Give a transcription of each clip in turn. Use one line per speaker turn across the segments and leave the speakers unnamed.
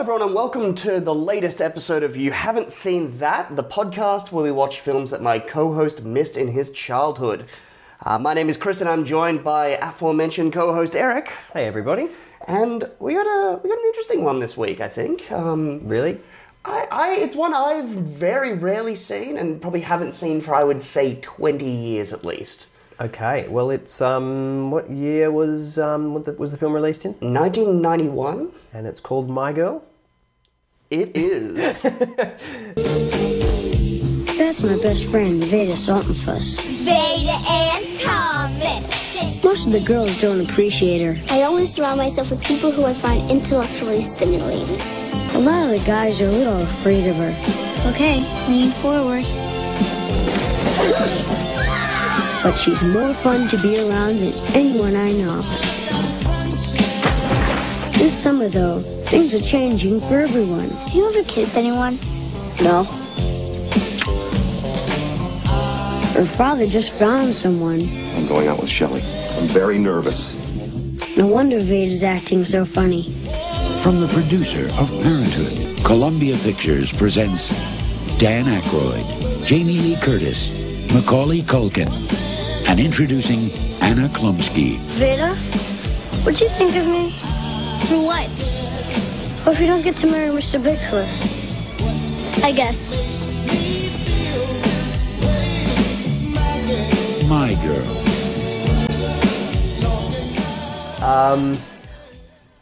everyone, and welcome to the latest episode of You Haven't Seen That, the podcast where we watch films that my co host missed in his childhood. Uh, my name is Chris, and I'm joined by aforementioned co host Eric.
Hey everybody.
And we got, a, we got an interesting one this week, I think. Um,
Really?
I, I, it's one I've very rarely seen and probably haven't seen for, I would say, 20 years at least.
Okay. Well, it's um what year was um what the, was the film released in?
1991?
And it's called My Girl.
It is.
That's my best friend, Veda Saltenfuss.
Beta and Thomas.
Most of the girls don't appreciate her.
I always surround myself with people who I find intellectually stimulating.
A lot of the guys are a little afraid of her.
Okay, lean forward.
But she's more fun to be around than anyone I know. This summer, though, things are changing for everyone.
Have you ever kissed anyone?
No. Her father just found someone.
I'm going out with Shelly. I'm very nervous.
No wonder Veda's acting so funny.
From the producer of Parenthood, Columbia Pictures presents Dan Aykroyd, Jamie Lee Curtis, Macaulay Culkin, and introducing Anna Klumsky.
Veda, what'd you think of me?
For what?
What if you don't get to marry Mr. Bigfoot?
I guess.
My Girl.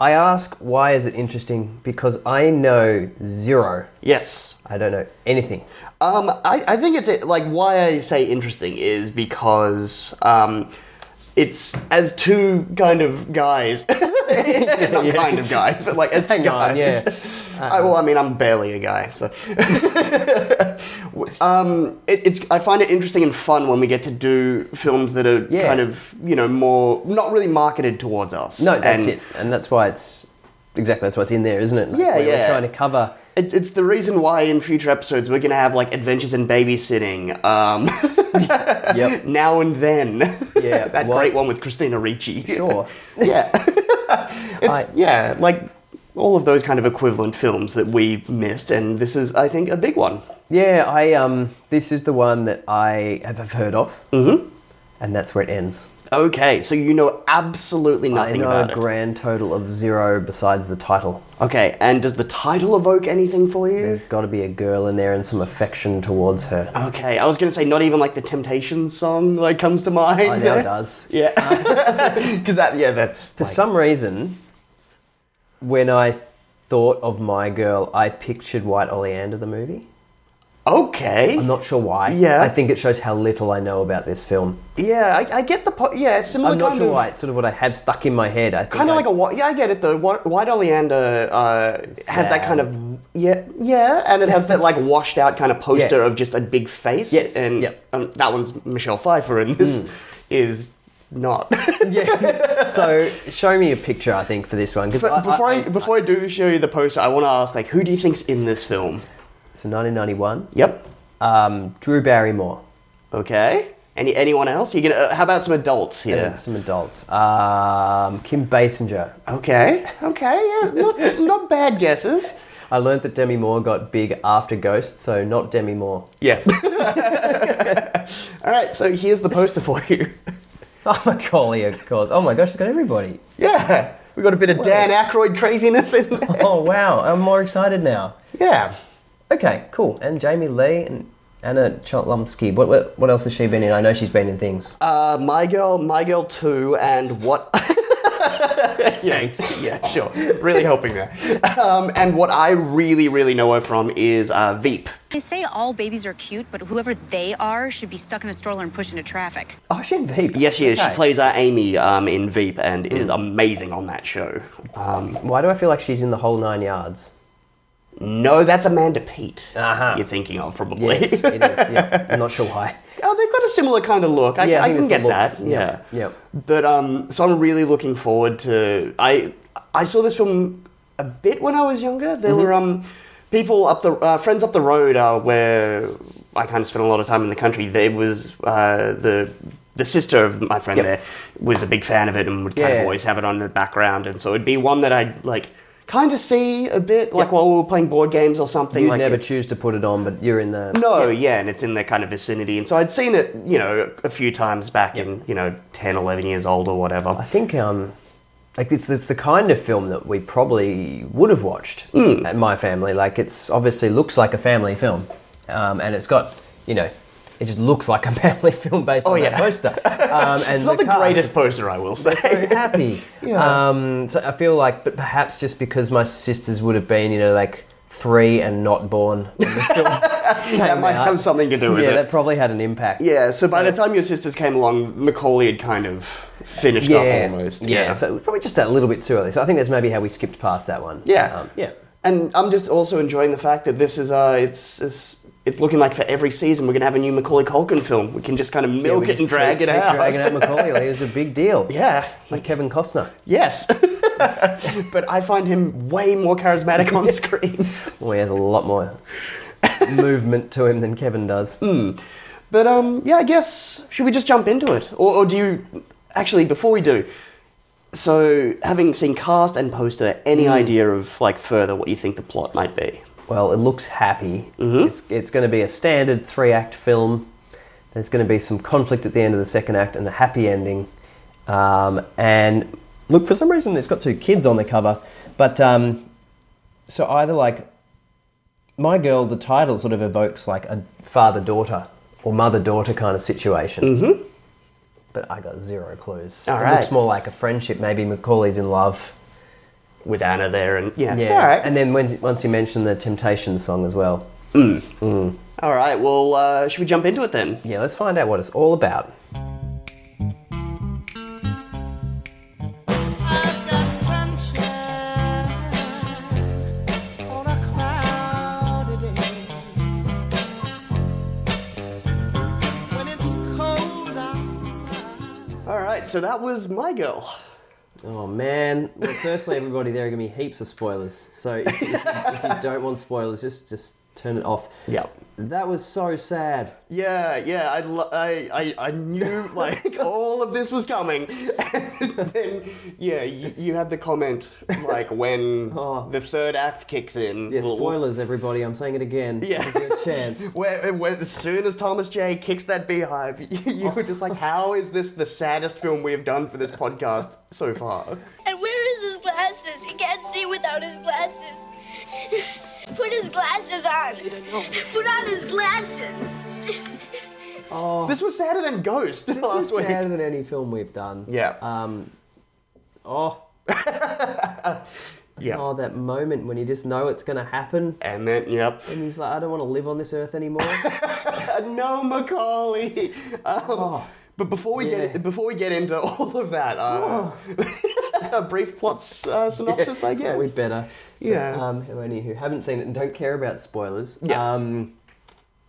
I ask why is it interesting because I know zero.
yes.
I don't know anything.
Um, I, I think it's like why I say interesting is because um, it's as two kind of guys, not kind of guys, but like as two
Hang on, yeah.
guys. I, well, I mean, I'm barely a guy, so. um, it, it's I find it interesting and fun when we get to do films that are
Yeah.
kind of you know more not really marketed towards us.
No, that's
And
it. And that's why it's exactly that's why it's in there, isn't it? Like,
Yeah,
we're-
yeah.
We're trying to cover
It's, it's the reason why in future episodes we're gonna have like adventures in babysitting. Um,
Yep.
Now and then.
Yeah,
that
well-
great one with Christina Ricci.
Sure.
yeah. it's,
I-
yeah, like all of those kind of equivalent films that we missed, and this is, I think, a big one.
Yeah, I um this is the one that I have have heard of. Mm-hmm. And that's where it ends.
Okay, so you know absolutely nothing
I know
about
a
it.
grand total of zero besides the title.
Okay, and does the title evoke anything for you?
There's got to be a girl in there and some affection towards her.
Okay, I was gonna say not even like the Temptations song like comes to mind.
I know it does.
Yeah, because that yeah that's
For some reason, when I thought of My Girl, I pictured White Oleander, the movie.
okay.
I'm not sure why.
Yeah.
I think it shows how little I know about this film.
yeah, I, I get the po- yeah similar.
I'm not
kind
sure
of,
why. It's sort of what I have stuck in my head. I think
kind of
I-
like a wa- yeah, I get it though. Wa- White Oleander uh, has that kind of yeah, yeah, and it has that like washed out kind of poster
Yeah.
of just a big face.
Yes,
and
yep.
um, that one's Michelle Pfeiffer, and this is not.
yeah. so show me a picture. I think for this one. 'cause
But before I, before I do show you the poster, I want to ask like, who do you think's in this film?
so 1991.
Yep.
Um, Drew Barrymore.
Okay. Any anyone else? You gonna uh, how about some adults here?
And some adults. Um, Kim Basinger.
Okay. Okay. Yeah. Not, it's not bad guesses.
I learned that Demi Moore got big after Ghost, so not Demi Moore.
Yeah. All right. So here's the poster for you.
Oh, Macaulay, of course. Oh my gosh, she's got everybody.
Yeah, we got a bit of Dan Aykroyd craziness in there.
Oh wow, I'm more excited now.
Yeah.
Okay, cool. And Jamie Lee and Anna Cholumsky. What, what what else has she been in? I know she's been in things.
Uh, my girl, my girl two, and what? Thanks. Yeah, sure. Really helping there. Um, and what I really, really know her from is uh, Veep.
They say all babies are cute, but whoever they are should be stuck in a stroller and pushed into traffic.
oh, she's in Veep.
Yes, she is.
Okay.
She plays uh, Amy um, in Veep and is amazing on that show. Um,
Why do I feel like she's in the whole nine yards?
no, that's Amanda Pete.
Uh-huh.
You're thinking of probably.
Yes, it is. Yeah, I'm not sure why.
Oh, they've got a similar kind of look. I,
Yeah, I
I,
think
can
it's the
get
look.
that.
Yeah,
Yeah.
yeah.
But um, so I'm really looking forward to. I I saw this film a bit when I was younger.
Mm-hmm.
There were um people up the uh, friends up the road uh, where I kind of spent a lot of time in the country. There was uh, the the sister of my friend
Yep.
there was a big fan of it and would kind
Yeah.
of always have it on in the background. And so it'd be one that I'd like kind of see a bit, like while we were playing board games or something.
You'd
like
never
it-
choose to put it on, but you're in the.
no, yeah. and it's in their kind of vicinity. And so I'd seen it, you know, a few times back in, you know, 10, 11 years old or whatever.
I think um, like it's it's the kind of film that we probably would have watched
Hmm.
at my family. Like it's obviously looks like a family film, um, and it's got you know. It just looks like a family film based on that
Oh, yeah.
poster. Um, and
It's not the
cast
greatest
is
poster, I will say.
so happy.
Yeah.
um, so I feel like, but perhaps just because my sisters would have been, you know, like three and not born. When this film
that might have something to do with
yeah,
it.
that probably had an impact.
yeah, so by the time your sisters came along, Macaulay had kind of finished up almost.
Yeah.
Yeah.
so probably just a little bit too early. So I think that's maybe how we skipped past that one.
Yeah.
Um, yeah.
And I'm just also enjoying the fact that this is uh, it's it's it's looking like for every season we're gonna have a new Macaulay Culkin film. We can just kind of
Yeah, we
milk it
just
and drag
keep-
it
keep
out.
Dragging out Macaulay, like, it was a big deal.
yeah.
Like Kevin Costner.
Yes. but I find him way more charismatic on screen.
Well, he has a lot more movement to him than Kevin does.
But um, yeah, I guess should we just jump into it, or, or do you actually before we do? So, having seen cast and poster, any
Hmm.
idea of like further what you think the plot might be?
Well, it looks happy.
Mm-hmm.
It's, it's going to be a standard three act film. There's going to be some conflict at the end of the second act and a happy ending. Um, and look, for some reason, it's got two kids on the cover. But um, so either like My Girl, the title sort of evokes like a father daughter or mother daughter kind of situation. Mm-hmm. But I got zero clues.
All
it looks
right.
more like a friendship. Maybe Macaulay's in love.
With Anna there, and yeah,
Yeah.
all right,
And then when, once you mentioned the Temptations song as well.
all right. Well, uh, should we jump into it then?
Yeah, let's find out what it's all about.
All right. So that was my girl.
Oh man! Well, firstly, everybody, there are going to be heaps of spoilers. So if, if, you- if you don't want spoilers, just just turn it off.
Yep.
That was so sad.
Yeah, yeah. I, lo- I, I, I knew like all of this was coming. And then, yeah, you, you had the comment like when
Oh.
the third act kicks in.
Yeah,
we'll-
spoilers, everybody. I'm saying it again.
Yeah.
Give it a chance.
Where, where, as soon as Thomas J kicks that beehive, you, you were just like, how is this the saddest film we have done for this podcast so far?
And where is his glasses? He can't see without his glasses. Put his glasses on. Put on his glasses.
This was sadder than Ghost last
Oh. This is
week.
sadder than any film we've done.
Yeah.
Um. Oh.
yeah.
Oh, that moment when you just know it's going to happen,
and then, yep.
and he's like, "I don't want to live on this earth anymore."
Uh, no, Macaulay. Um, But before we
Yeah.
get before we get into all of that, uh, a brief plot s- uh, synopsis, I guess.
we better.
Yeah.
Um, who any who haven't seen it and don't care about spoilers.
Yeah.
Um,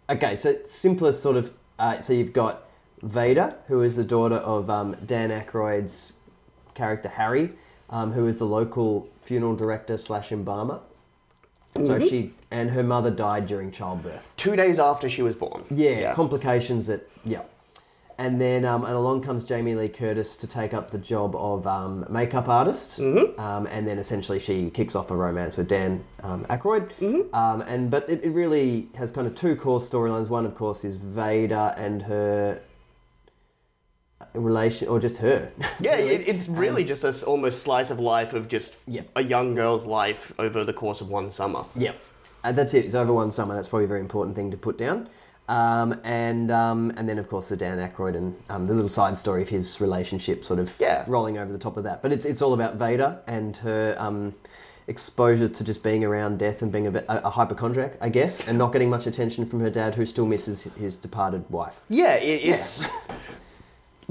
okay, so simplest sort of. Uh, so you've got Vader, who is the daughter of um, Dan Aykroyd's character Harry, um, who is the local funeral director slash embalmer. So
Mm-hmm.
she and her mother died during childbirth.
Two days after she was born.
Yeah, complications that yeah. And then um, and along comes Jamie Lee Curtis to take up the job of um, makeup artist,
Mm-hmm.
um, and then essentially she kicks off a romance with Dan um, Aykroyd.
Mm-hmm.
Um, and but it, it really has kind of two core storylines. One, of course, is Vader and her relation, or just her.
Yeah, it, it's really just a s almost slice of life of just
Yeah.
a young girl's life over the course of one summer.
Yeah, Uh, that's it. It's over one summer. That's probably a very important thing to put down. Um, and um, and then of course the Dan Aykroyd and um, the little side story of his relationship, sort of
Yeah.
rolling over the top of that. But it's it's all about Vader and her um, exposure to just being around death and being a, bit, a, a hypochondriac, I guess, and not getting much attention from her dad, who still misses his departed wife.
Yeah, it, it's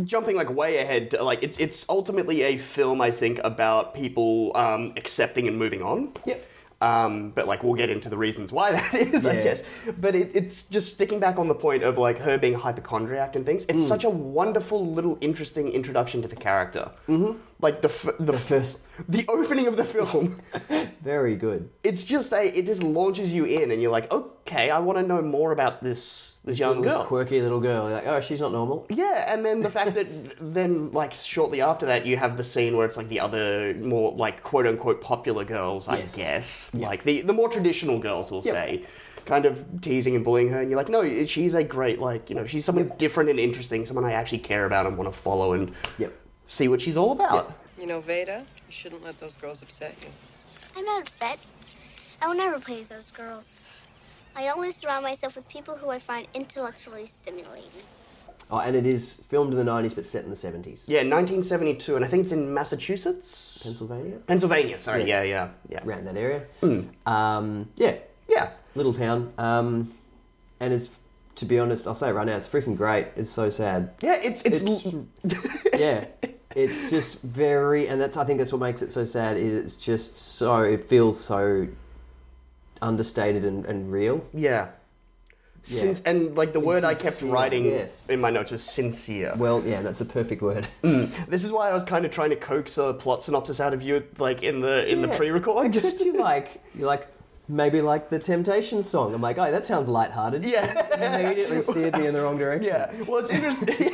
jumping like way ahead. To, like it's it's ultimately a film I think about people um, accepting and moving on.
Yep.
Um, but like we'll get into the reasons why that is, I
Yeah.
guess. But it, it's just sticking back on the point of like her Hmm. being a hypochondriac and things. It's such a wonderful little interesting introduction to the character. Mm-hmm. like the f- the,
first-
the opening of the film.
Very good.
it's just a it just launches you in, and you're like, okay, I want to know more about this this young
This
girl.
quirky little girl. You're like, oh, she's not normal.
Yeah, and then the fact that then like shortly after that you have the scene where it's like the other more like quote unquote popular girls, I
Yes.
guess,
Yeah.
like the the more traditional girls will
Yep.
say, kind of teasing and bullying her, and you're like, no, she's a great like you know she's someone different and interesting, someone I actually care about and want to follow and
Yep.
see what she's all about.
You know, Veda, you shouldn't let those girls upset you.
I'm not upset. I will never play with those girls. I only surround myself with people who I find intellectually stimulating.
Oh, and it is filmed in the 90s but set in the 70s.
Yeah, 1972, and I think it's in Massachusetts,
Pennsylvania?
Pennsylvania. Sorry,
Yeah.
yeah, yeah, yeah, yeah.
Around that area.
Hmm.
Um, yeah, little town. Um, and it's, to be honest, I'll say it right now, it's freaking great. It's so sad.
Yeah, it's it's,
yeah it's just very and that's i think that's what makes it so sad is it's just so it feels so understated and, and real
Yeah. Since and like the word I kept
sincere,
writing
yes.
in my notes was sincere.
well yeah that's a perfect word
This is why I was kind of trying to coax a plot synopsis out of you, like in the in the
Yeah.
pre-record.
except
Just
you like you're like maybe like the Temptations song i'm like oh that sounds lighthearted
Yeah.
immediately steered me in the wrong direction
yeah. Well, it's interesting.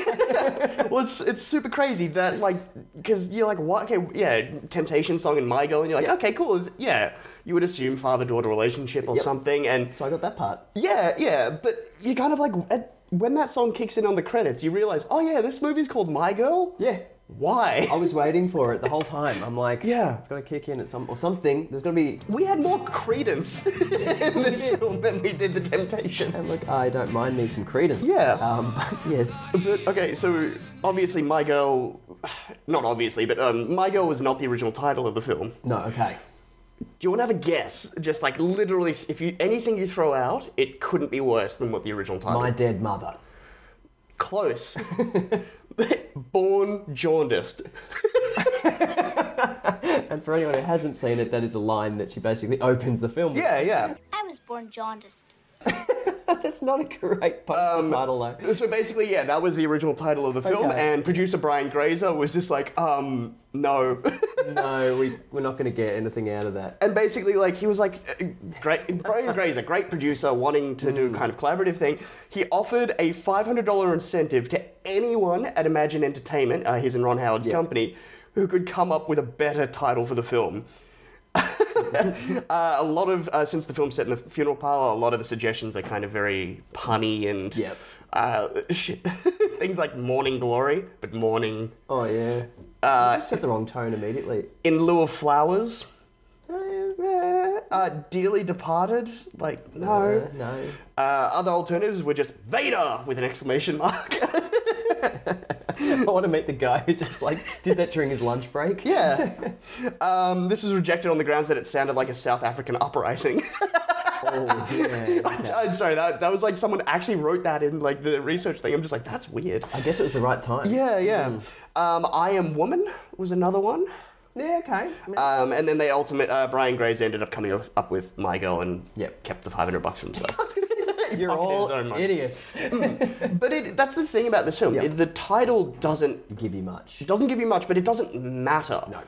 well, it's it's super crazy that like because you're like what? Okay, yeah, Temptation song and My Girl, and you're like, okay, cool. Is yeah, you would assume father-daughter relationship or
Yep.
something, and
so i got that part
yeah, yeah. But you kind of like at, when that song kicks in on the credits, you realize, oh yeah, this movie's called My Girl.
yeah
Why?
I was waiting for it the whole time. I'm like,
Yeah.
it's gonna kick in at some or something. There's gonna be
We had more credence in this film than we did The
and
Temptations.
look, I don't mind me some credence.
Yeah.
Um, but yes,
But okay, so obviously, My Girl, not obviously, but um, My Girl was not the original title of the film.
no, okay.
Do you want to have a guess? Just like literally, if you anything you throw out, it couldn't be worse than what the original title.
My dead mother.
Close. Born jaundiced.
And for anyone who hasn't seen it, that is a line that she basically opens the film with.
Yeah, yeah.
I was born jaundiced.
That's not a great poster
Um,
title, though.
So basically, yeah, that was the original title of the film,
Okay.
and producer Brian Grazer was just like, um, no.
No, we, we're not going to get anything out of that.
and basically like he was like uh, great Brian Grazer, great producer wanting to do kind of collaborative thing. He offered a $500 incentive to anyone at Imagine Entertainment, uh, his and Ron Howard's
Yeah.
company, who could come up with a better title for the film. uh, a lot of uh, since the film set in the funeral parlor, a lot of the suggestions are kind of very punny and
Yep.
uh, shit. things like "Morning Glory," but "Morning"
Oh, yeah. Uh, just set the wrong tone immediately.
in lieu of flowers. Uh, dearly departed, like no.
Uh, no.
Uh, other alternatives were just Vader with an exclamation mark.
I want to meet the guy who just, like, did that during his lunch break.
yeah. Um, this was rejected on the grounds that it sounded like a South African uprising.
Oh, yeah. okay.
I'm sorry, that, that was like someone actually wrote that in like the research thing. I'm just like, that's weird.
I guess it was the right time.
Yeah, yeah. Um, I am woman was another one.
Yeah, okay.
Um, and then they ultimate uh, Brian Gray's ended up coming up with my girl and
Yep.
kept the 500 bucks for himself.
You're
pocketed
all
his own money.
idiots.
Mm. But it, that's the thing about this film.
Yeah.
It- The title doesn't
Give you much.
doesn't give you much, but it doesn't matter.
No.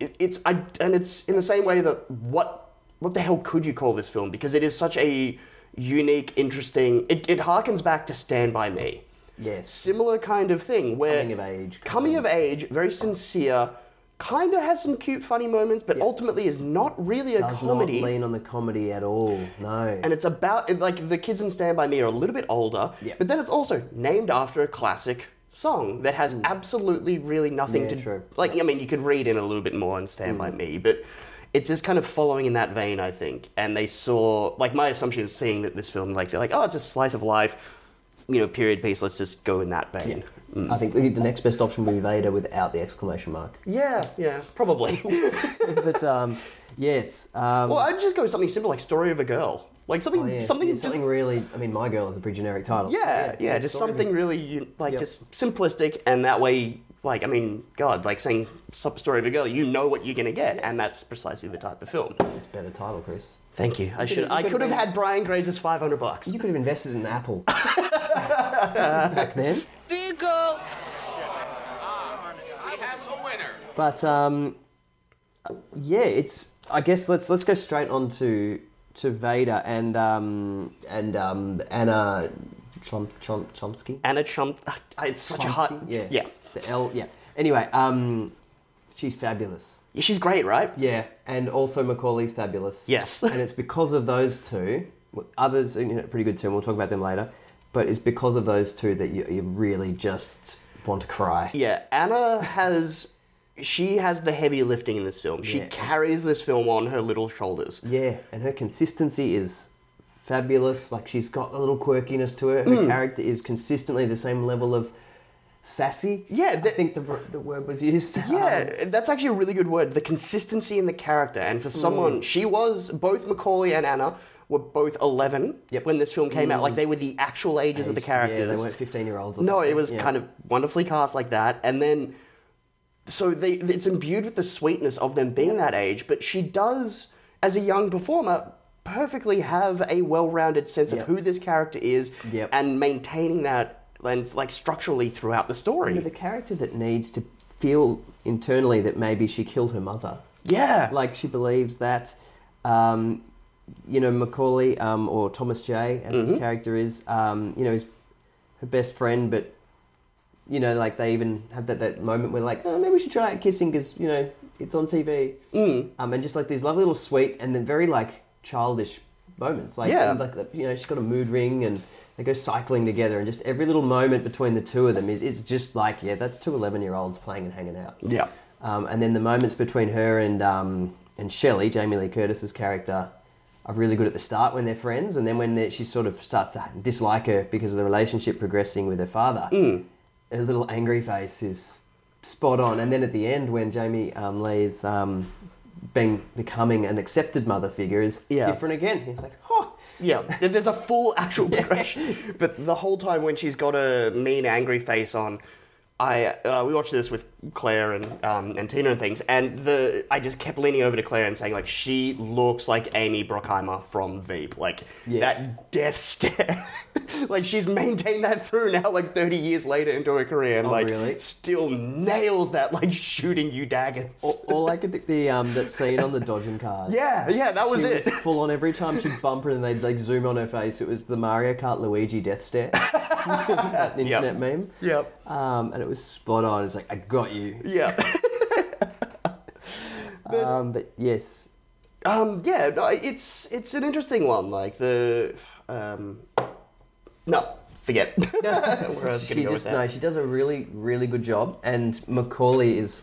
It, it's I, and it's in the same way that what what the hell could you call this film? Because it is such a unique, interesting. It, it harkens back to Stand by Me.
Yes.
Similar kind of thing where
Coming of age.
coming of age, very sincere. Kind of has some cute, funny moments, but ultimately is not really a
Does
comedy.
not lean on the comedy at all. No.
and it's about it- like the kids in Stand By Me are a little bit older,
Yeah.
but then it's also named after a classic song that has absolutely really nothing
Hmm. Yeah,
to
true. Hmm.
like. I mean, you could read in a little bit more on Stand By Me, but it's just kind of following in that vein, I think. And they saw like my assumption is seeing that this film, like they're like, oh, it's a slice of life, you know, period piece. Let's just go in that vein.
Yeah. Mm. I think the, the next best option would be Vader without the exclamation mark.
Yeah, yeah, probably.
but um, yes, um,
well, I'd just go with something simple like "Story of a Girl," like something,
oh, yeah,
something,
yeah,
just-
something really. I mean, my girl is a pretty generic title.
Yeah, yeah, just
sorry.
something really you, like
Yep.
just simplistic, and that way, like I mean, God, like saying "Sup- "Story of a Girl," you know what you're gonna get, and that's precisely the type of film.
It's a better title, Chris.
Thank you. I should.
you
I
could've
could have
been-
had Brian Grazer's five hundred bucks.
You could have invested in Apple back then.
Big girl.
We have a winner.
But um, yeah, it's. I guess let's let's go straight on to to Vader and um, and um, Anna Chom, Chom, Chomsky.
Anna Chump. It's such a hard.
Yeah,
Yeah.
The L. Yeah. Anyway, um, she's fabulous.
Yeah, She's great, right?
Yeah, and also Macaulay's fabulous.
Yes.
and it's because of those two. Others, you know, pretty good too. and We'll talk about them later. But it's because of those two that you, you really just want to cry.
Yeah, Anna has. She has the heavy lifting in this film. She
Yeah.
carries this film on her little shoulders.
Yeah, and her consistency is fabulous. Like she's got a little quirkiness to her. Her
Hmm.
character is consistently the same level of sassy.
Yeah,
I
that-
think the, ver- the word was used. Um, Hmm.
Yeah, that's actually a really good word. The consistency in the character, and for someone, she was both Macaulay and Anna were both eleven
Yep.
when this film came out. Like they were the actual ages of the
Age- yeah, they
characters.
weren't 15-year-olds or
No, it
something,
was
yeah.
kind of wonderfully cast like that, and then so they it's imbued with the sweetness of them being that age. But she does, as a young performer. Perfectly have a well-rounded sense
Yep.
of who this character is,
Yep.
and maintaining that lens like structurally throughout the story.
the character that needs to feel internally that maybe she killed her mother.
yeah,
like she believes that um, you know Macaulay um, or Thomas J as
Mm-hmm.
his character is um, you know is her best friend but you know like they even have that, that moment where like oh, maybe we should try out kissing because you know it's on TV mm. um, and just like these lovely little sweet and then very like childish moments like
Yeah.
and, like you know she's got a mood ring and they go cycling together and just every little moment between the two of them is it's just like yeah that's two 11 year olds playing and hanging out
yeah.
um, and then the moments between her and um, and Shelley, Jamie Lee Curtis's character, are really good at the start when they're friends, and then when they- she sort of starts to dislike her because of the relationship progressing with her father, her little angry face is spot on. And then at the end, when Jamie um, Lee is um, being becoming an accepted mother figure, is
Yeah.
different again. He's like, oh,
Yeah, th- there's a full actual progression. But the whole time when she's got a mean, angry face on, I uh, we watched this with Claire and um, and Tina and things, and the I just kept leaning over to Claire and saying like she looks like Amy Brockheimer from Veep, like
Yeah.
that death stare. like she's maintained that through now, like 30 years later into her career, and
Oh,
like
really?
still nails that like shooting you daggers.
all, all I could think the um, that scene on the dodging cars.
yeah, yeah, that was
she
it.
was full on every time she'd bump her and they'd like zoom on her face. It was the Mario Kart Luigi death stare. that internet
Yep.
meme.
yep.
Um, and it was spot on. It's like, I got you.
Yeah.
Um, but yes.
Um, yeah, no, it's it's an interesting one. Like the um, no, forget. Where I was gonna
she
go with
just
that.
no, she does a really, really good job. And Macaulay is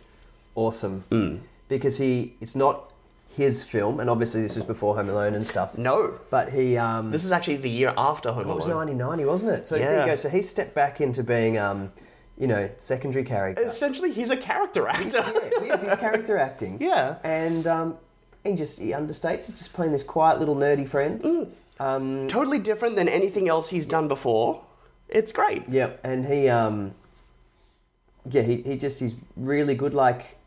awesome.
Hmm.
Because he it's not his film, and obviously this was before Home Alone and stuff.
No.
But he um
This is actually the year after Home
It was
Alone.
1990, wasn't it? So there
Yeah.
you go. So he stepped back into being, um, you know, secondary character.
Essentially, he's a character actor.
yeah, he is. He's character acting.
Yeah.
And um, he just he understates. He's just playing this quiet little nerdy friend.
Mm. totally different than anything else he's done before. It's great.
Yeah. And he um, yeah, he, he just he's really good. Like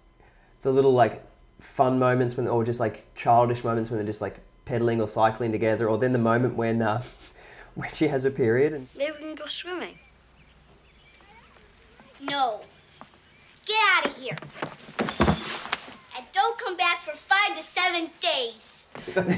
the little like fun moments when, or just like childish moments when they're just like pedaling or cycling together, or then the moment when uh, when she has a period and
Maybe we can go swimming.
No. Get out of here. And don't come back for five to seven days.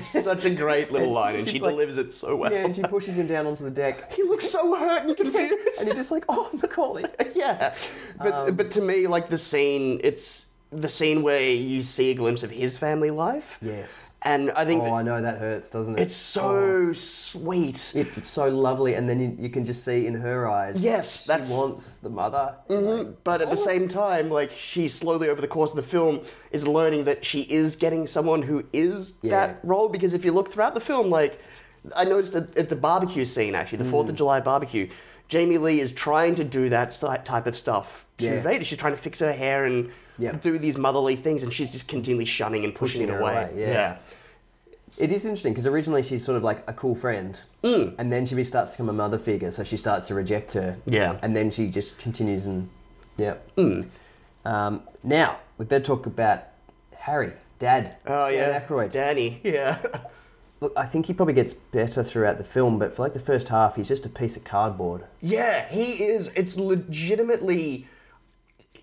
Such a great little line, and
She's
she
like-
delivers it so well.
yeah, and she pushes him down onto the deck,
He looks so hurt and
and Um,
confused.
he's just like, oh, Macaulay.
yeah, but but to me, like the scene, it's the scene where you see a glimpse of his family life.
Yes.
And I think
Oh, I know that hurts, doesn't it?
It's so
Oh.
sweet.
It- it's so lovely, and then you, you can just see in her eyes.
Yes,
she
that's- Mm-hmm.
wants the mother.
but at the same time, like she slowly over the course of the film is learning that she is getting someone who is
Yeah.
that role. Because if you look throughout the film, like I noticed at, at the barbecue scene, actually the
Mm.
Fourth of July barbecue, Jamie Lee is trying to do that sti- type of stuff to
Yeah.
Vader. She's trying to fix her hair and
Yep.
do these motherly things, and she's just continually shunning and pushing,
Pushing
it
her
away.
away, yeah. It is interesting because originally she's sort of like a cool friend,
Mm.
and then she be- starts to become a mother figure, so she starts to reject her.
Yeah. Mm.
and then she just continues and yeah. Um, now we better talk about Harry, Dad.
Oh yeah,
Dan Aykroyd.
Danny. Yeah,
Look, I think he probably gets better throughout the film, but for like the first half, he's just a piece of cardboard.
yeah. He is. It's legitimately.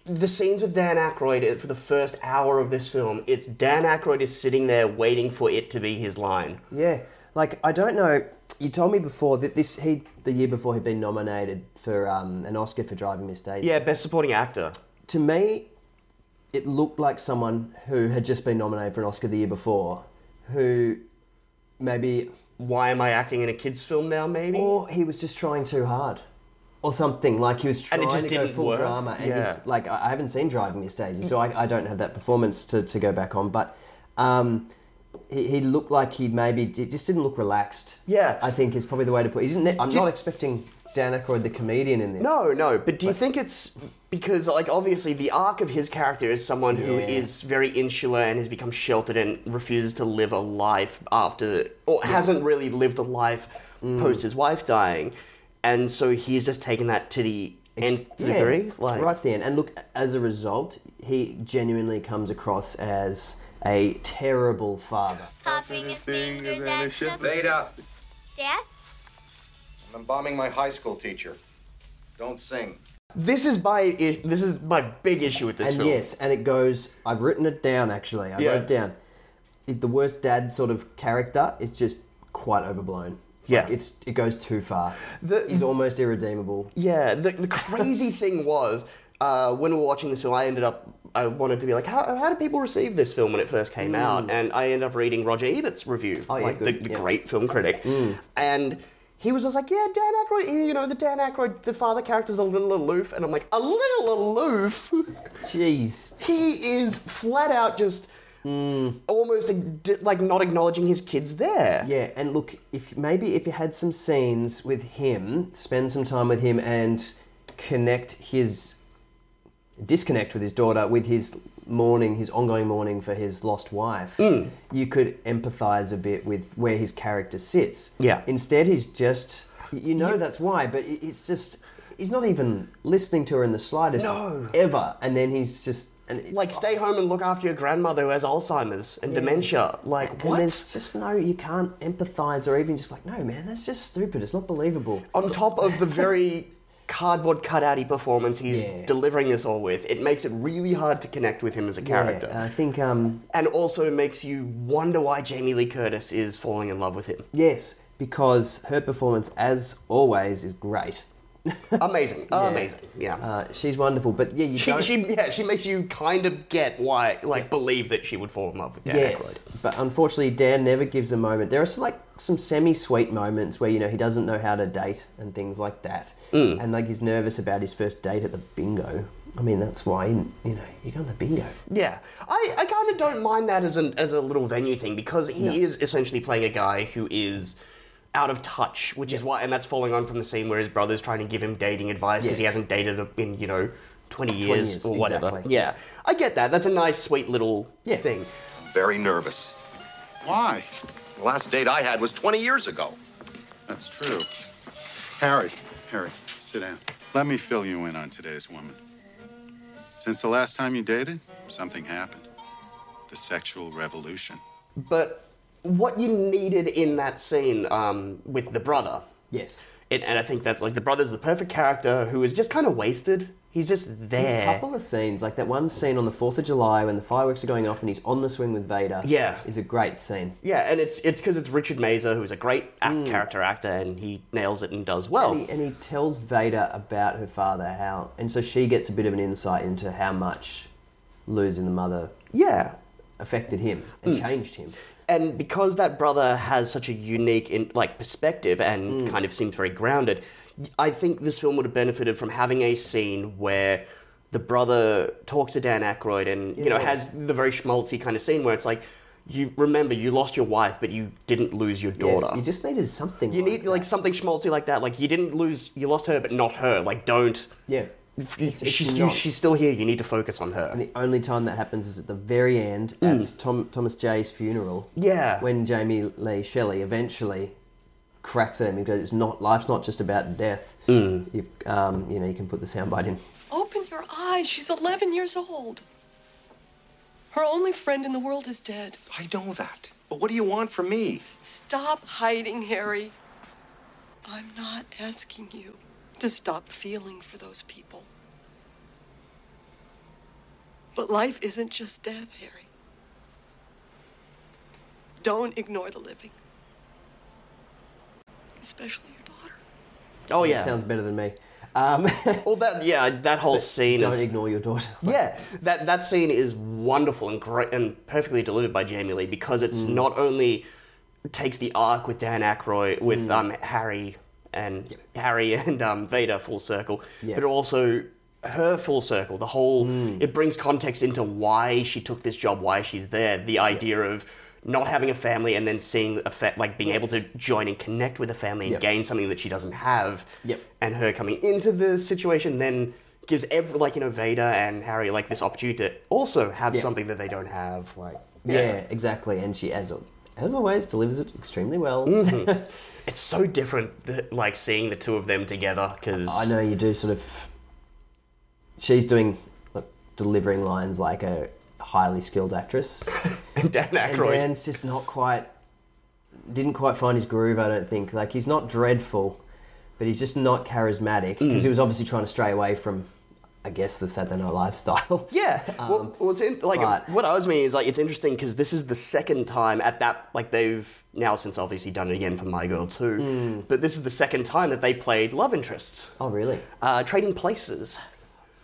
the scenes with Dan Aykroyd for the first hour of this film, it's Dan Aykroyd is sitting there waiting for it to be his line.
Yeah, like I don't know. You told me before that this he the year before he'd been nominated for um, an Oscar for Driving Miss Daisy.
Yeah, best supporting actor.
To me, it looked like someone who had just been nominated for an Oscar the year before, who maybe
Why am I acting in a kids' film now? Maybe.
or he was just trying too hard. Or something like he was
And
trying
it just
to go
didn't
full
work.
drama, and
Yeah.
he's like I I haven't seen Driving Miss Daisy, so I, I don't have that performance to, to go back on. But um, he, he looked like he maybe d- just didn't look relaxed.
Yeah.
I think is probably the way to put. it. He didn't. I'm
Do-
not expecting Dan Aykroyd, the comedian, in this.
No, no. But do you think it's because, like, obviously the arc of his character is someone who
Yeah.
is very insular and has become sheltered and refuses to live a life after, or hasn't really lived a life
Mm.
post his wife dying, and so he's just taken that to the nth
Yeah,
degree. Like,
right to the end. And look, as a result, he genuinely comes across as a terrible father.
Popping his fingers and shuffling.
Beta,
Dad?
I'm bombing my high school teacher. Don't sing.
this is my i- this is my big issue with this
and
film.
yes, and it goes. I've written it down. Actually, I
Yeah.
wrote it down. It, the worst dad sort of character is just quite overblown.
Yeah.
like it's it goes too far.
The-
He's almost irredeemable.
Yeah, the, the crazy thing was uh, when we were watching this film, I ended up I wanted to be like, how, how did people receive this film when it first came out? And I ended up reading Roger Ebert's review,
Hmm. Oh, yeah,
like
good,
the, the
yeah. Hmm.
great film critic, and. He was just like, yeah, Dan Aykroyd, you know, the Dan Aykroyd, the father character's a little aloof. And I'm like, a little aloof?
Jeez.
he is flat out just
Hmm.
almost like not acknowledging his kids there.
Yeah, and look, if maybe if you had some scenes with him, spend some time with him and connect his disconnect with his daughter with his mourning, his ongoing mourning for his lost wife,
Mm.
you could empathize a bit with where his character sits.
Yeah.
Instead, he's just you know that's why, but it- it's just he's not even listening to her in the slightest
No.
ever, and then he's just and
Like, stay home and look after your grandmother who has Alzheimer's and dementia. Like,
And
what?
there's just no, you can't empathize or even just like, no, man, that's just stupid. It's not believable.
on top of the very cardboard cutouty performance he's
Yeah.
delivering this all with, it makes it really hard to connect with him as a character.
Yeah, I think, um,
and also makes you wonder why Jamie Lee Curtis is falling in love with him.
yes, because her performance, as always, is great.
Amazing. Amazing. Yeah.
Uh, she's wonderful, but yeah, you
she,
don't.
she, yeah, she makes you kind of get why, like, believe that she would fall in love with Dan
yes,
Aykroyd.
but unfortunately, Dan never gives a moment. There are some, like some semi-sweet moments where you know he doesn't know how to date and things like that,
Mm.
and like he's nervous about his first date at the bingo. I mean, that's why you know you go to the bingo.
Yeah, I, I kind of don't mind that as an as a little venue thing because he is essentially playing a guy who is out of touch, which is why, and that's following on from the scene where his brother's trying to give him dating advice because he
Yeah.
hasn't dated in you know twenty years,
years,
or whatever.
exactly.
Yeah, I get that. That's a nice, sweet little
Yeah.
thing.
Very nervous.
Why?
The last date I had was 20 years ago.
That's true. Harry, Harry, sit down. Let me fill you in on today's woman. Since the last time you dated, something happened. The sexual revolution.
But what you needed in that scene um, with the brother,
Yes,
it, and I think that's like the brother's the perfect character who is just kind of wasted. He's just there.
There's a couple of scenes, like that one scene on the 4th of July when the fireworks are going off and he's on the swing with Vader.
Yeah.
Is a great scene.
Yeah, and it's it's because it's Richard Mazer, who's a great act, character actor, and he nails it and does well.
Hmm. And he, and he tells Vader about her father, how. And so she gets a bit of an insight into how much losing the mother
yeah,
affected him and
Hmm.
changed him.
and because that brother has such a unique in, like perspective
Hmm.
and kind of seems very grounded, I think this film would have benefited from having a scene where the brother talks to Dan Aykroyd and you know
Yeah.
has the very schmaltzy kind of scene where it's like. You remember you lost your wife, but you didn't lose your daughter.
Yes, you just needed something.
You need
that.
like something schmaltzy like that. Like you didn't lose, you lost her, but not her. Like don't.
Yeah.
If you-
It's- it's
she's, you,
not.
she's still here. You need to focus on her.
And the only time that happens is at the very end at Tom, Thomas Jay's funeral.
Hmm. Yeah.
When Jamie Lee Shelley eventually cracks at him and goes, "It's not life's not just about death."
Hmm.
You've, um, you know, you can put the soundbite in.
Open your eyes. She's 11 years old. Her only friend in the world is dead.
I know that. But what do you want from me?
Stop hiding, Harry. I'm not asking you to stop feeling for those people. But life isn't just death, Harry. Don't ignore the living, especially your daughter.
Oh
That
yeah.
sounds better than me. Um,
well, that yeah, that whole scene.
Don't
is,
ignore your daughter.
Yeah, that that scene is wonderful and great and perfectly delivered by Jamie Lee because it's
Mm.
not only takes the arc with Dan Aykroyd with
Mm.
um, Harry and Harry and um, Vader full circle,
Yeah. Mm.
but also her full circle. The whole it brings context into why she took this job, why she's there. The idea of not having a family and then seeing a fa- like being able to join and connect with a family and
Yep.
gain something that she doesn't have
Yep.
and her coming into the situation then gives every like you know Vader and Harry like this opportunity to also have
Yeah.
something that they don't have like
Yeah, exactly. And she, as, al- as always, delivers it extremely well.
it's so different th- like seeing the two of them together because
I know you do sort of. She's doing like, delivering lines like a highly skilled actress,
and Dan Aykroyd.
And Dan's just not quite. Didn't quite find his groove. I don't think. Like he's not dreadful, but he's just not charismatic because
Mm.
he was obviously trying to stray away from, I guess, the Saturday Night lifestyle.
Yeah.
um,
well, well, it's in, like what I was meaning is like it's interesting because this is the second time at that like they've now since obviously done it again for My Girl too,
Hmm.
but this is the second time that they played love interests.
Oh, really?
Uh, trading places.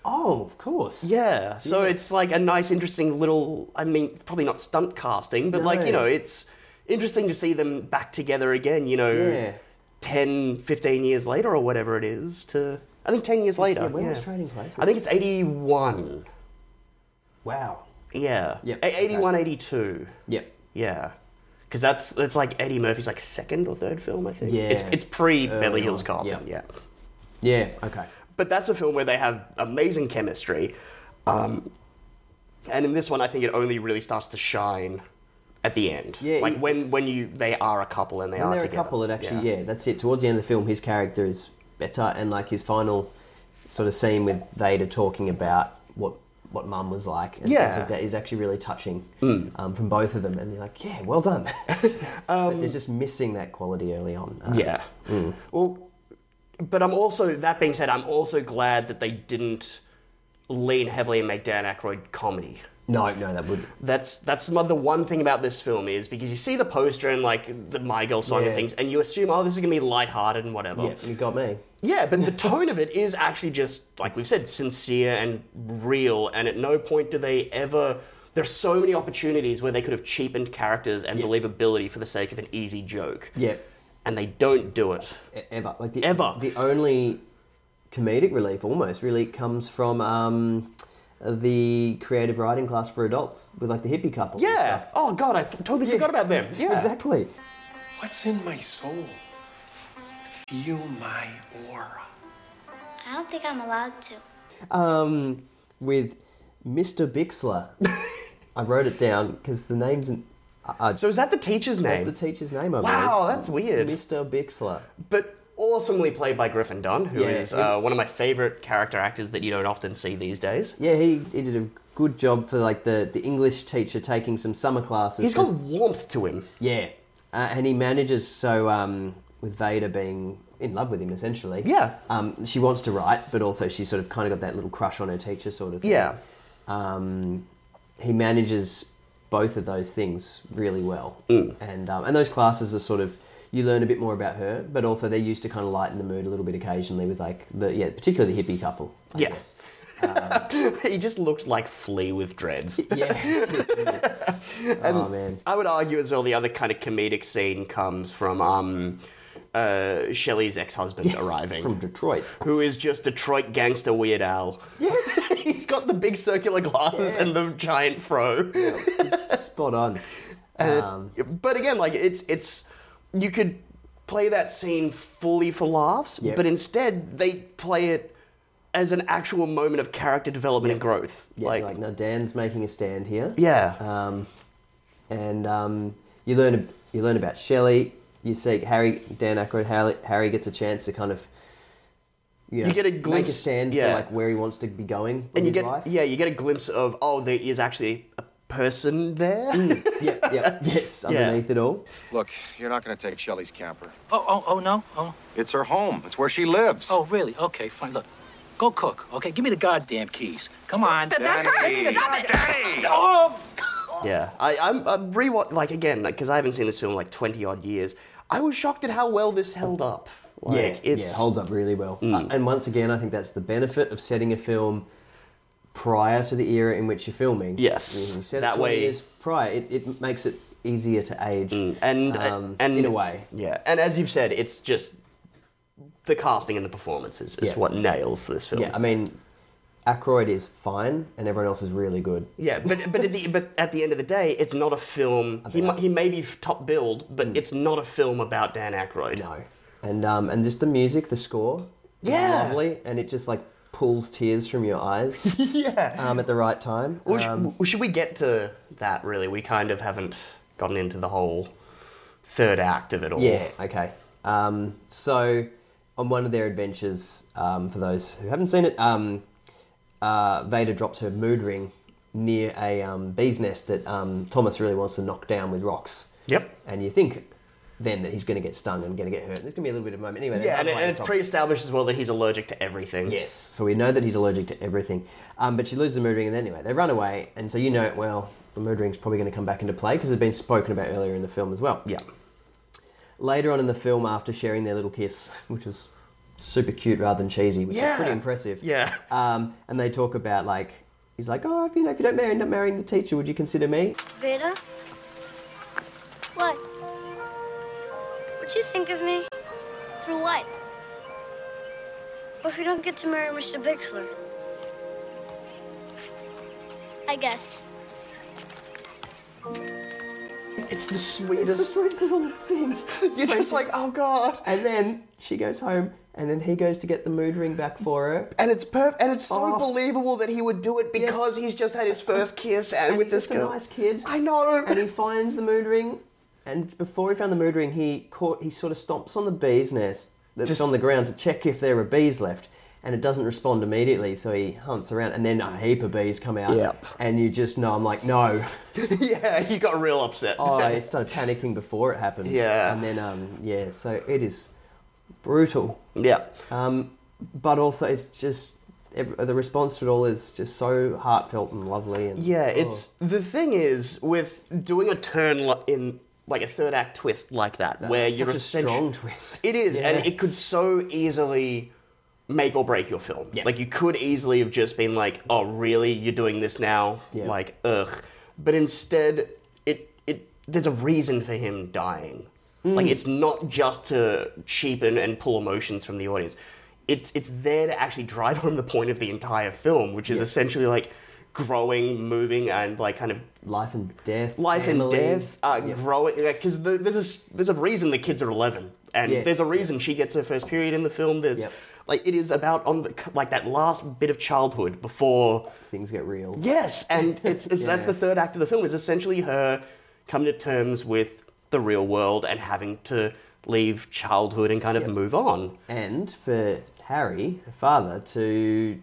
Oh, of course.
Yeah. So it's like a nice, interesting little. I mean, probably not stunt casting, but like you
No.
know, it's interesting to see them back together again. You know,
Yeah.
10, 15 years later or whatever it is. To I think ten years later.
Yeah, when
yeah.
was Trading Places?
I think it's eighty-one.
Wow.
Yeah.
Yep,
A- 81,
okay.
82.
Yep.
Yeah. Because that's that's like Eddie Murphy's like second or third film, I think.
Yeah.
It's it's pre
Early
Beverly Hills
on,
Cop. Yeah.
Yeah. Okay.
But that's a film where they have amazing chemistry, um, and in this one, I think it only really starts to shine at the end.
Yeah,
Like
it-
when when you they are a couple and they
when
are
they're
together.
a couple, it actually yeah. that's it. Towards the end of the film, his character is better, and like his final sort of scene with Vader talking about what what Mum was like and
Yeah.
things like that is actually really touching
Mm.
um, from both of them. And you're like, yeah, well done. but they're just missing that quality early on. Uh,
Um, Yeah.
mm.
Well, but I'm also that being said, I'm also glad that they didn't lean heavily and make Dan Aykroyd comedy.
No, no, that would.
That's that's mo- the one thing about this film is because you see the poster and like the My Girl song
Yeah.
and things, and you assume oh this is gonna be lighthearted and whatever.
Yeah, oh, you got me.
Yeah, but the tone of it is actually just like we've said, sincere and real. And at no point do they ever. There's so many opportunities where they could have cheapened characters and believability for the sake of an easy joke.
Yeah.
And they don't do it.
E- Ever. Like the,
Ever.
The only comedic relief almost really comes from um, the creative writing class for adults with like the hippie couple. and
Yeah.
stuff.
Oh god, I f- totally forgot about them. Yeah.
Exactly.
What's in my soul? Feel my aura.
I don't think I'm allowed to.
Um, with Mr. Bixler. I wrote it down because the name's. An, uh,
so is that the teacher's
That's
name?
the teacher's name. I
Wow, that's weird.
Mr. Bixler.
But awesomely played by Griffin Dunn, who is
Yeah,
uh,
he-
one of my favorite character actors that you don't often see these days.
Yeah, he, he did a good job for like the, the English teacher taking some summer classes.
He's
'cause-
got warmth to him.
Yeah, uh, and he manages so um, with Vader being in love with him essentially.
Yeah.
um, she wants to write, but also she's sort of kind of got that little crush on her teacher, sort of. Thing.
Yeah.
um, he manages both of those things really well,
Mm.
and um, and those classes are sort of. You learn a bit more about her, but also they're used to kind of lighten the mood a little bit occasionally with like the yeah, particularly the hippie couple. I
Yeah.
guess.
he just looked like Flea with dreads.
yeah. oh man.
I would argue as well the other kind of comedic scene comes from um, uh, Shelley's ex husband
Yes,
arriving.
from Detroit.
Who is just Detroit gangster Weird Al.
Yes.
He's got the big circular glasses
Yeah.
and the giant fro.
Spot on.
Uh,
Um,
but again, like it's it's you could play that scene fully for laughs,
Yep.
but instead they play it as an actual moment of character development and growth.
Yeah,
like,
like, now Dan's making a stand here.
Yeah.
Um, and um, you learn you learn about Shelley. You see Harry Dan Aykroyd. Harry, Harry gets a chance to kind of you, know,
You get a
make a
glimpse-
stand
yeah.
for like where he wants to be going with
and you
his
get
life.
yeah, you get a glimpse of oh, there is actually a person there.
yeah, yeah, yes, underneath it all.
Look, you're not going to take Shelly's camper.
Oh, oh, oh, no? Oh,
It's her home. It's where she lives.
oh, really? Oh, Okay, fine. Look, Go cook, okay? Give me the goddamn keys. Come on.
Stop it, that Danny. hurts. Stop it.
Danny! Oh!
Yeah, I, I'm, I'm rewatch like again because I haven't seen this film in like twenty odd years. I was shocked at how well this held up. Like,
yeah,
it's, Mm.
yeah, holds up really well. Uh, and once again, I think that's the benefit of setting a film prior to the era in which you're filming.
Yes,
You set it
that
20
way- Mm.
years prior, it, it makes it easier to age.
and uh,
um,
and
in a way,
yeah. And as you've said, it's just the casting and the performances is
Yeah.
what nails this film.
yeah. I mean, Aykroyd is fine, and everyone else is really good.
Yeah, but but at the but at the end of the day, it's not a film. He, mi- he may be f- top billed, but it's not a film about Dan Aykroyd.
Hmm. No, and um, and just the music, the score, is
Yeah.
lovely, and it just like pulls tears from your eyes.
yeah,
um, at the right time.
Or sh-
Um,
should we get to that? Really, we kind of haven't gotten into the whole third act of it all.
Yeah, okay. Um, so, on one of their adventures, um, for those who haven't seen it, um, uh, Vader drops her mood ring near a um, bee's nest that um, Thomas really wants to knock down with rocks.
Yep.
And you think then that he's going to get stung and going to get hurt. There's going to be a little bit of a moment. Anyway,
yeah, and,
they-
it- and it's pre-established as well that he's allergic to everything.
Yes, so we know that he's allergic to everything. Um, but she loses the mood ring, and then anyway, they run away, and so you know, well, the mood ring's probably going to come back into play because it's been spoken about earlier in the film as well.
Yeah.
Later on in the film, after sharing their little kiss, which was super cute rather than cheesy, which is pretty impressive.
Yeah.
Um, and they talk about like he's like, oh, if you know, if you don't marry, end up marrying the teacher, would you consider me?
Veda? What? What'd you think of me? For what? What if you don't get to marry Mr. Bixler? I guess.
It's the sweetest.
It's the sweetest little thing.
You're just like, oh god.
And then she goes home, and then he goes to get the mood ring back for her.
And it's perfect. And it's so
Oh.
believable that he would do it because he's just had his first kiss and, with
he's
this
just
girl.
a nice kid.
I know.
And he finds the mood ring, and before he found the mood ring, he caught he sort of stomps on the bee's nest that's on the ground to check if there were bees left, and it doesn't respond immediately. So he hunts around, and then a heap of bees come out.
Yep.
And you just know, I'm like, no.
yeah, he got real upset.
Oh, I started panicking before it happened.
Yeah.
And then, um, yeah. So it is brutal.
Yeah.
Um, but also it's just. ev the response to it all is just so heartfelt and lovely. And
Yeah,
oh.
it's the thing is with doing a turn li- in like a third act twist like that, where
it's
you're
such a
essentially
strong twist.
It is, and
Yeah.
it could so easily make or break your film.
Yeah.
Like you could easily have just been like, "Oh, really? You're doing this now?"
Yeah.
Like, ugh. But instead, it it there's a reason for him dying. Like
Mm.
it's not just to cheapen and pull emotions from the audience. It's it's there to actually drive home the point of the entire film, which is essentially like growing, moving, and like kind of
life and death,
life
family.
and death, uh, growing. Because the, there's a, there's a reason the kids are eleven, and
Yes,
there's a reason she gets her first period in the film. There's
Yep.
like it is about on the, like that last bit of childhood before
things get real.
Yes, and it's, it's that's
Yeah.
the third act of the film is essentially her coming to terms with the real world and having to leave childhood and kind of move on.
and for Harry, her father, to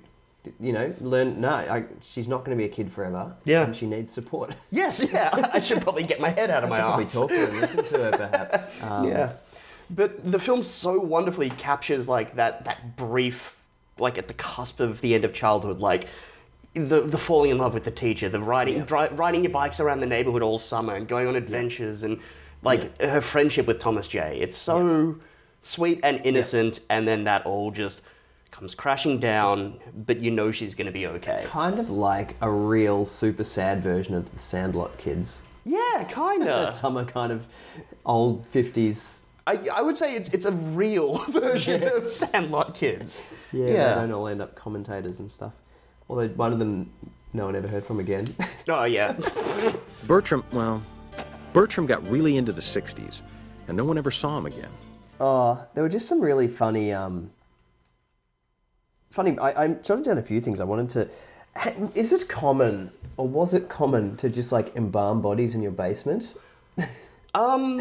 you know learn. No, I, she's not going to be a kid forever.
Yeah.
and she needs support.
Yes, yeah, I should probably get my head out of my
I should probably
arse.
talk to her, and listen to her, perhaps. Um,
yeah but the film so wonderfully captures like that that brief like at the cusp of the end of childhood like the, the falling in love with the teacher the riding dri- riding your bikes around the neighborhood all summer and going on adventures and like her friendship with Thomas J it's so sweet and innocent and then that all just comes crashing down but you know she's going to be okay
kind of like a real super sad version of the Sandlot kids.
yeah kind
That
of
summer kind of old fifties.
I, I would say it's it's a real version of Sandlot Kids.
Yeah, they don't all end up commentators and stuff. Although one of them, no one ever heard from again.
Oh yeah.
Bertram, well, Bertram got really into the 60s, and no one ever saw him again.
Oh, there were just some really funny, um, funny. I, I jotted down a few things I wanted to. Ha- Is it common, or was it common to just like embalm bodies in your basement?
Um,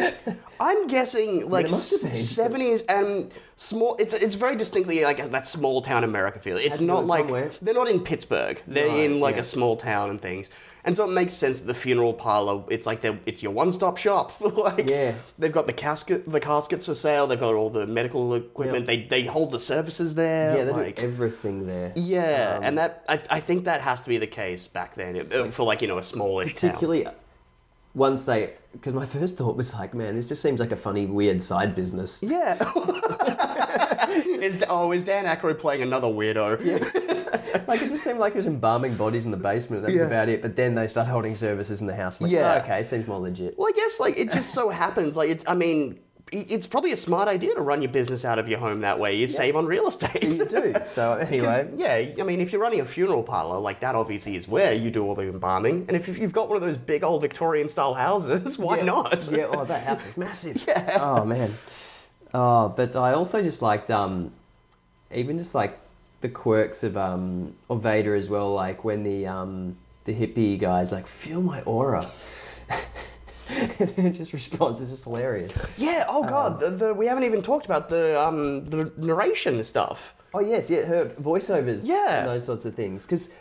I'm guessing like
It must have been.
seventies and small. It's it's very distinctly like that small town America feel.
Had
It's
to do
not
it
like
somewhere.
they're not in Pittsburgh. They're
Right,
in like
yeah.
a small town and things. And so it makes sense that the funeral parlor. It's like they're- it's your one stop shop. like yeah. they've got the casket, the caskets for sale. They've got all the medical equipment. They they hold the services there.
yeah, they
like,
do everything there.
yeah,
Um,
and that I, I think that has to be the case back then it- uh, for like you know a smallish town.
particularly once they because my first thought was like man this just seems like a funny weird side business
yeah is, oh, is Dan Aykroyd playing another weirdo?
like it just seemed like it was embalming bodies in the basement that
Yeah.
was about it but then they start holding services in the house I'm like,
Yeah.
"Oh, okay seems more legit
Well, I guess like it just so happens. Like it, I mean, i- it's probably a smart idea to run your business out of your home that way. You save on real estate. You
do. So
'Cause,
anyway
yeah, I mean, if you're running a funeral parlor, like that obviously is where you do all the embalming. And if you've got one of those big old Victorian style houses, why
Yeah.
not?
Yeah, oh, that house is massive. oh man. Oh, but I also just liked um, even just like the quirks of um of Vader as well. Like when the um the hippie guys like feel my aura. and her just response is just hilarious.
Yeah. Oh god, the, the, we haven't even talked about the um the narration stuff.
Oh yes, yeah, her voiceovers,
Yeah.
and those sorts of things. Because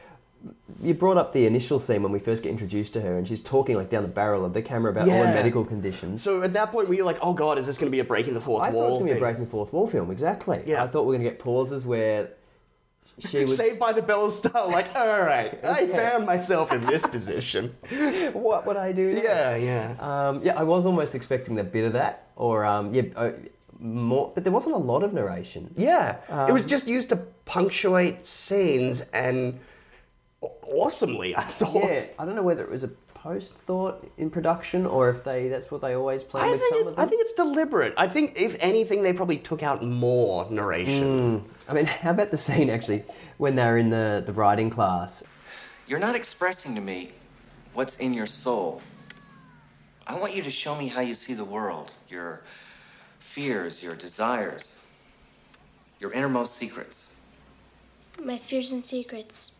you brought up the initial scene when we first get introduced to her, and she's talking like down the barrel of the camera about all her
Yeah.
medical conditions.
So at that point, were you like, oh god, is this going to be a breaking the fourth
I
wall?
thought it was going to be a
thing?
breaking the fourth wall film. Exactly. Yeah. I thought we were going to get pauses where she was.
Saved by the Bell Star. Like, all right, I
Yeah.
found myself in this position.
what would I do? Next?
Yeah, yeah.
Um, yeah, I was almost expecting a bit of that, or um, yeah, uh, more. But there wasn't a lot of narration.
Yeah, it was
Um,
just used to punctuate scenes and aw- awesomely, I thought.
Yeah, I don't know whether it was a post thought in production or if they that's what they always play
I
with some
think,
of
it,
them.
I think it's deliberate. I think, if anything, they probably took out more
Mm.
narration.
I mean, how about the scene actually when they're in the, the writing class?
You're not expressing to me what's in your soul. I want you to show me how you see the world, your fears, your desires, your innermost secrets.
My fears and secrets.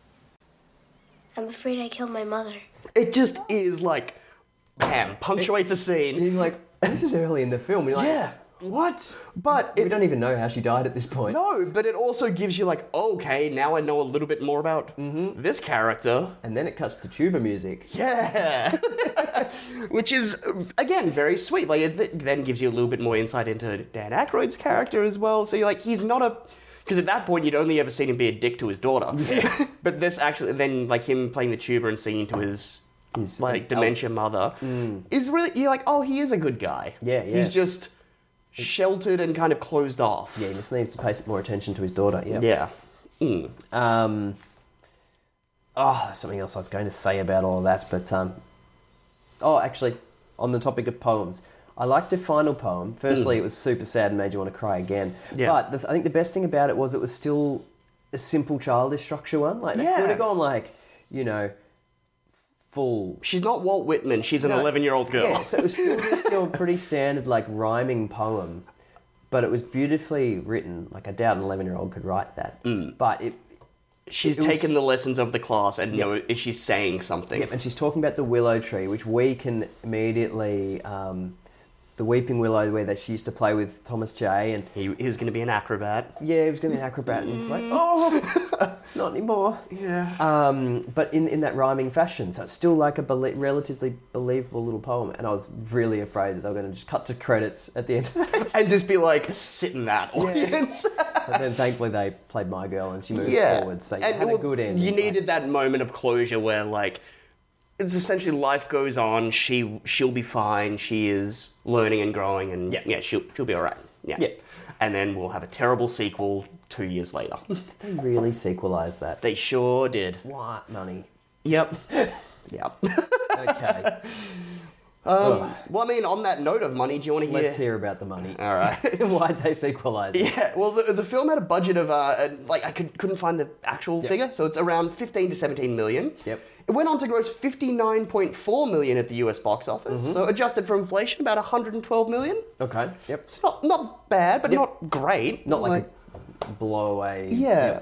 I'm afraid I killed my mother.
It just is like, bam, punctuates a scene.
And you're like, this is early in the film. You're like,
Yeah.
What?
But
we don't even know how she died at this point.
No, but it also gives you like, okay, now I know a little bit more about
Mm-hmm.
this character.
And then it cuts to tuba music.
Yeah, which is again very sweet. Like it th- then gives you a little bit more insight into Dan Aykroyd's character as well. So you're like, he's not a because at that point you'd only ever seen him be a dick to his daughter. but this actually then like him playing the tuba and singing to his. like dementia mother is really you're like oh he is a good guy
Mm. Yeah, yeah.
he's just sheltered and kind of closed off
Yeah, he just needs to pay some more attention to his daughter. Yeah.
Yeah. Mm.
Um. Oh, there's something else I was going to say about all of that, but um. Oh, actually, on the topic of poems, I liked her final poem. Firstly,
Mm.
it was super sad and made you want to cry again.
Yeah.
But the, I think the best thing about it was it was still a simple childish structure one. Like they
Yeah.
could have gone like, you know, full.
She's not Walt Whitman. She's an
No.
11 year old girl.
Yeah, so it was still just still a pretty standard like rhyming poem, but it was beautifully written. Like I doubt an eleven year old could write that. But it
she's
it was-
taken the lessons of the class and you know, she's saying something.
Yep, and she's talking about the willow tree, which we can immediately um, the weeping willow where that she used to play with Thomas J. And
he, was going to be an acrobat.
Yeah, he was going to be an acrobat, and he's like, oh, not anymore.
Yeah.
Um, but in, in that rhyming fashion, so it's still like a belie- relatively believable little poem. And I was really afraid that they were going to just cut to credits at the end, of that.
and just be like, sit in that audience.
but then thankfully they played my girl, and she moved forward, so you
And
had
well,
a good end.
You needed that moment of closure where, like, it's essentially life goes on. She she'll be fine. She is learning and growing, and yeah, she'll she'll be all right. Yeah.
Yeah.
And then we'll have a terrible sequel two years later.
They really sequelized that.
They sure did.
What money?
Yep. yep.
Okay.
Um, well, I mean, on that note of money, do you want to hear?
Let's hear about the money.
All right.
Why'd they sequelize it?
Yeah, well, the, the film had a budget of, uh, and, like, I could, couldn't find the actual
Yep.
figure, so it's around 15 to 17 million.
Yep.
It went on to gross 59.4 million at the US box office,
Mhm.
so adjusted for inflation, about 112 million.
Okay. Yep.
It's not, not bad, but not great.
Not like, a blow away.
Yeah.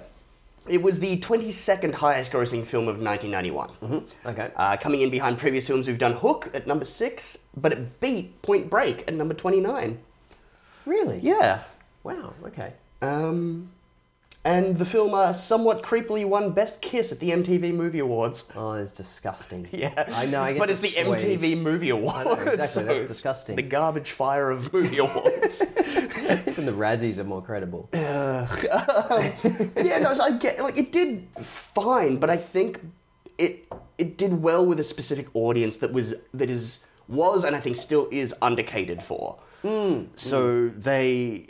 It was the 22nd highest grossing film of 1991.
Mm-hmm. Okay.
Uh, coming in behind previous films, we've done Hook at number six, but it beat Point Break at number 29.
Really?
Yeah.
Wow, okay.
Um, and the film uh, somewhat creepily won Best Kiss at the MTV Movie Awards.
Oh, that's disgusting.
Yeah.
I know, I guess
But it's
it's
the MTV
sweet.
Movie Awards.
I know, exactly, that's
it's
disgusting.
The garbage fire of movie awards.
Even the Razzies are more credible.
yeah, no, so I get like it did fine, but I think it it did well with a specific audience that was that is was and I think still is undercatered for. Hmm. So they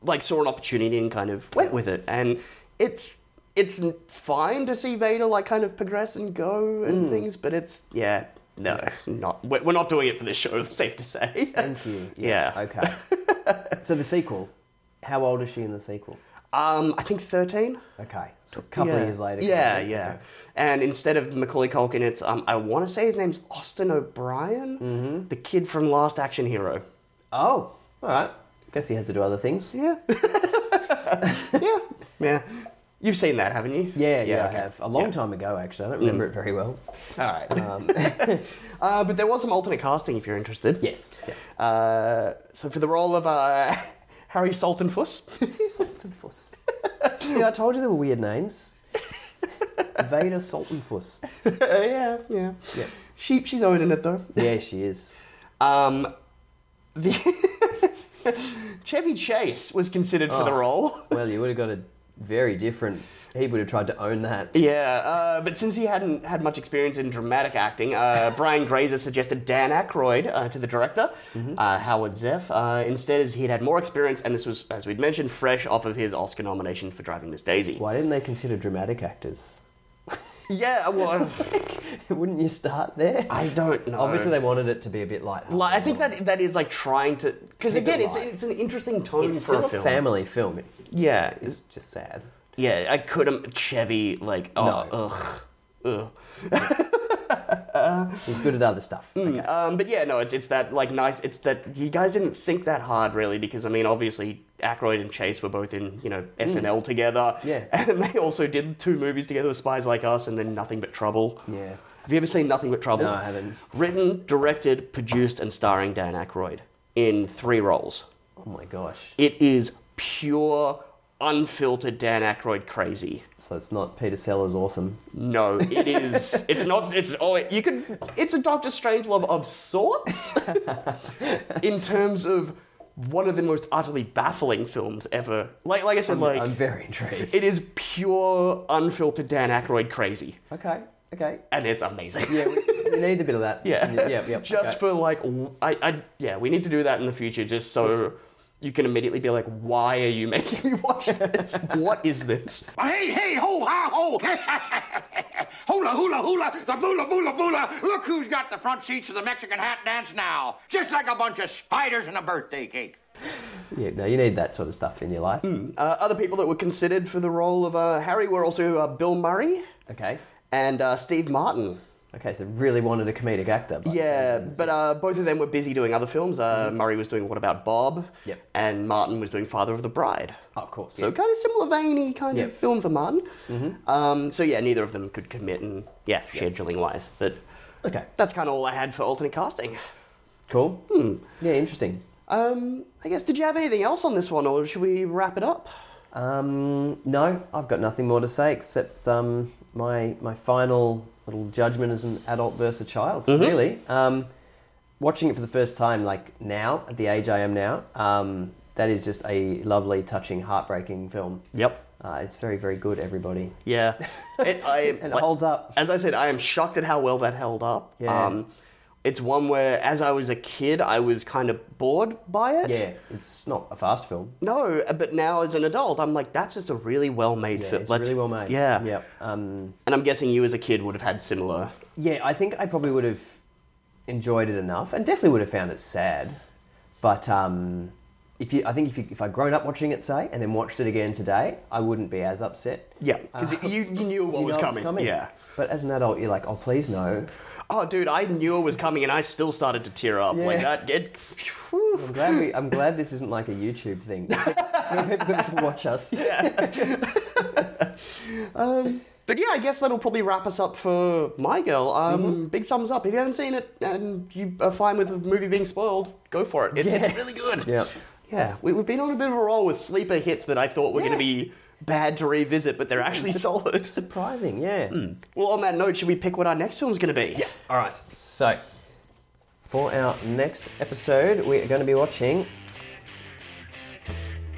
like saw an opportunity and kind of went with it, and it's it's fine to see Vader like kind of progress and go and things, but it's Hmm. yeah. No, not we're we're not doing it for this show. Safe to say.
Thank you.
Yeah.
Okay. so the sequel, how old is she in the sequel?
Um, I think thirteen.
Okay. So a couple
Yeah.
of years later.
Yeah,
okay.
yeah. And instead of Macaulay Culkin, it's um, I want to say his name's Austin O'Brien,
Mm-hmm.
the kid from Last Action Hero.
Oh, all right. Guess he had to do other things.
Yeah. Yeah, you've seen that, haven't you?
Yeah, yeah, I
okay.
have. A long time ago, actually. I don't remember it very well.
All right. uh, but there was some alternate casting if you're interested.
Yes.
Uh, so for the role of uh, Harry Saltonfuss, Uh,
Saltonfuss. See, I told you there were weird names. Vader Saltonfuss.
yeah, yeah,
Yeah.
She she's owning it though.
Yeah, she is.
Um, the Chevy Chase was considered for the
Oh.
role.
Well, you would have got a very different. He would have tried to own that.
Yeah, uh, but since he hadn't had much experience in dramatic acting, uh, Brian Grazer suggested Dan Aykroyd uh, to the director,
Mm-hmm.
uh, Howard Zeff, uh, instead as he'd had more experience, and this was, as we'd mentioned, fresh off of his Oscar nomination for Driving Miss Daisy.
Why didn't they consider dramatic actors?
Yeah, well,
Wouldn't you start there?
I don't know.
Obviously, they wanted it to be a bit light.
Like, I think that that is like trying to because
Keep it
again, it's
light.
it's an interesting tone
It's
for
still
a
a
film. Mm.
family film.
Yeah,
It's just sad.
yeah. I could not Chevy like oh
No.
ugh ugh.
He's good at other stuff. Okay.
Um, but yeah, no, it's it's that like nice. It's that you guys didn't think that hard, really, because I mean, obviously, Aykroyd and Chase were both in you know SNL together.
Mm. Yeah.
and they also did two movies together, Spies Like Us, and then Nothing But Trouble.
Yeah.
Have you ever seen Nothing But Trouble?
No, I haven't.
Written, directed, produced, and starring Dan Aykroyd in three roles.
Oh my gosh.
It is pure, unfiltered Dan Aykroyd crazy.
So it's not Peter Sellers awesome.
No, it is. it's not. It's oh, you could. It's a Doctor Strangelove of sorts, in terms of one of the most utterly baffling films ever. Like, like I said, like
I'm very intrigued.
it is pure, unfiltered Dan Aykroyd crazy,
okay. Okay.
and it's amazing.
Yeah, we, we need a bit of that.
yeah,
Yeah. yeah
Just
okay.
for like, w- I, I, yeah, we need to do that in the future, just so. You can immediately be like, why are you making me watch this? what is this?
Hey, hey, ho, ha, ho! hula, hula, hula, the bula, bula, bula! Look who's got the front seats of the Mexican hat dance now! Just like a bunch of spiders in a birthday cake.
Yeah. No, you need that sort of stuff in your life.
Uh, other people that were considered for the role of uh, Harry were also uh, Bill Murray
Okay.
and uh, Steve Martin.
Okay. So really wanted a comedic actor. by the
Yeah,
sounds of Mm-hmm.
but uh, both of them were busy doing other films. Uh, Murray was doing What About Bob,
Yep.
and Martin was doing Father of the Bride.
it. of course.
So
yeah.
kind of similar veiny kind
Yep. Mm-hmm.
of film for Martin. Um, so yeah, neither of them could commit, and yeah, scheduling wise, but
Okay.
that's kind of all I had for alternate casting.
Cool.
Hmm.
Yeah. Interesting.
Um, I guess did you have anything else on this one, or should we wrap it up?
Um, no, I've got nothing more to say except um, my my final little judgment as an adult versus a child.
Mm-hmm.
Really, um, watching it for the first time, like now at the age I am now, um, that is just a lovely, touching, heartbreaking film.
Yep.
Uh, it's very, very good. Everybody,
Yeah, it, I,
and it holds up.
as I said, I am shocked at how well that held up.
Yeah.
Um, it's one where, as I was a kid, I was kind of bored by it.
Yeah, it's not a fast film.
No, but now as an adult, I'm like, that's just a really well made
Yeah,
film.
it's
Let's-
really well made.
Yeah.
Yep. Um,
And I'm guessing you as a kid would have had similar.
Yeah, I think I probably would have enjoyed it enough, and definitely would have found it sad. But um, if you, I think if you, if I'd grown up watching it, say, and then watched it again today, I wouldn't be as upset.
Yeah, because you, you knew what
Uh, You
was
know it's
coming. Yeah.
But as an adult, you're like, oh, please no.
Oh, dude, I knew it was coming, and I still started to tear up like
Yeah.
that. It,
I'm glad we, I'm glad this isn't like a YouTube thing. People can just watch us.
yeah. Um, but yeah, I guess that'll probably wrap us up for My Girl. Um,
Mm-hmm.
Big thumbs up. If you haven't seen it and you are fine with the movie being spoiled, go for it. It's, it's really good.
Yeah.
Yeah, we, we've been on a bit of a roll with sleeper hits that I thought were going to be bad to revisit, but they're actually solid.
Surprising, yeah.
Well, on that note, should we pick what our next film's going to be? Yeah.
All right. So, for our next episode, we are going to be watching.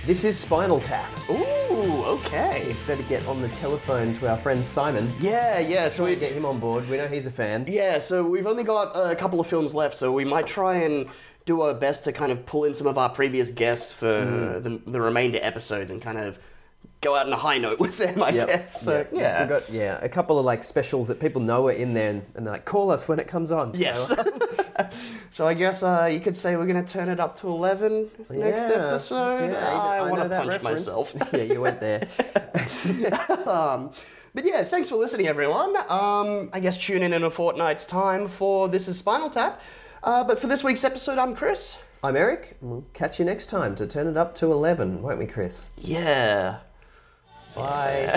This is Spinal Tap.
Ooh, okay.
Better get on the telephone to our friend Simon.
Yeah, yeah. So we
get him on board. We know he's a fan.
Yeah, so we've only got uh, a couple of films left, so we might try and do our best to kind of pull in some of our previous guests for
Mm.
the, the remainder episodes and kind of go out on a high note with them, I
Yep,
guess. So,
yep.
yeah.
We've got yeah a couple of like specials that people know are in there, and, and they're like, call us when it comes on.
Yes.
So,
so I guess uh, you could say we're going to turn it up to 11 next
yeah,
episode.
yeah,
I,
know
want to
that
punch
reference.
myself.
yeah, you went there.
um, but yeah, thanks for listening, everyone. Um, I guess tune in in a fortnight's time for This is Spinal Tap. Uh, but for this week's episode, I'm Chris.
I'm Eric. and We'll catch you next time to turn it up to eleven, won't we, Chris?
Yeah.
Bye.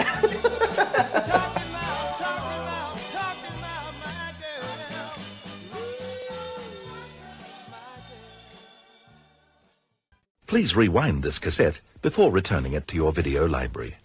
Please rewind this cassette before returning it to your video library.